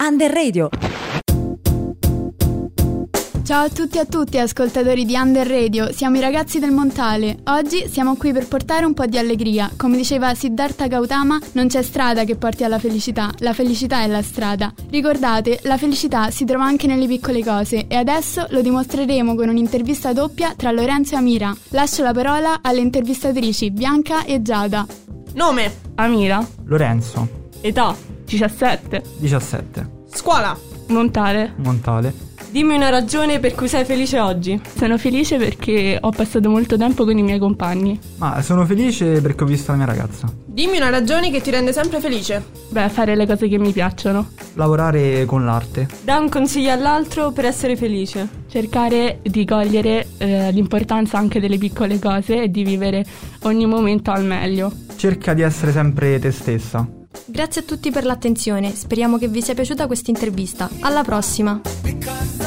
Under Radio. Ciao a tutti e a tutti ascoltatori di Under Radio, siamo i ragazzi del Montale. Oggi siamo qui per portare un po' di allegria. Come diceva Siddhartha Gautama, non c'è strada che porti alla felicità, la felicità è la strada. Ricordate, la felicità si trova anche nelle piccole cose e adesso lo dimostreremo con un'intervista doppia tra Lorenzo e Amira. Lascio la parola alle intervistatrici Bianca e Giada. Nome, Amira, Lorenzo, età, 17, 17, scuola, montare. Montale, Dimmi una ragione per cui sei felice oggi. Sono felice perché ho passato molto tempo con i miei compagni. ma sono felice perché ho visto la mia ragazza. dimmi una ragione che ti rende sempre felice. Beh, fare le cose che mi piacciono. Lavorare con l'arte, Da un consiglio all'altro per essere felice. Cercare di cogliere eh, l'importanza anche delle piccole cose e di vivere ogni momento al meglio. cerca di essere sempre te stessa. Grazie a tutti per l'attenzione, speriamo che vi sia piaciuta questa intervista. Alla prossima! Because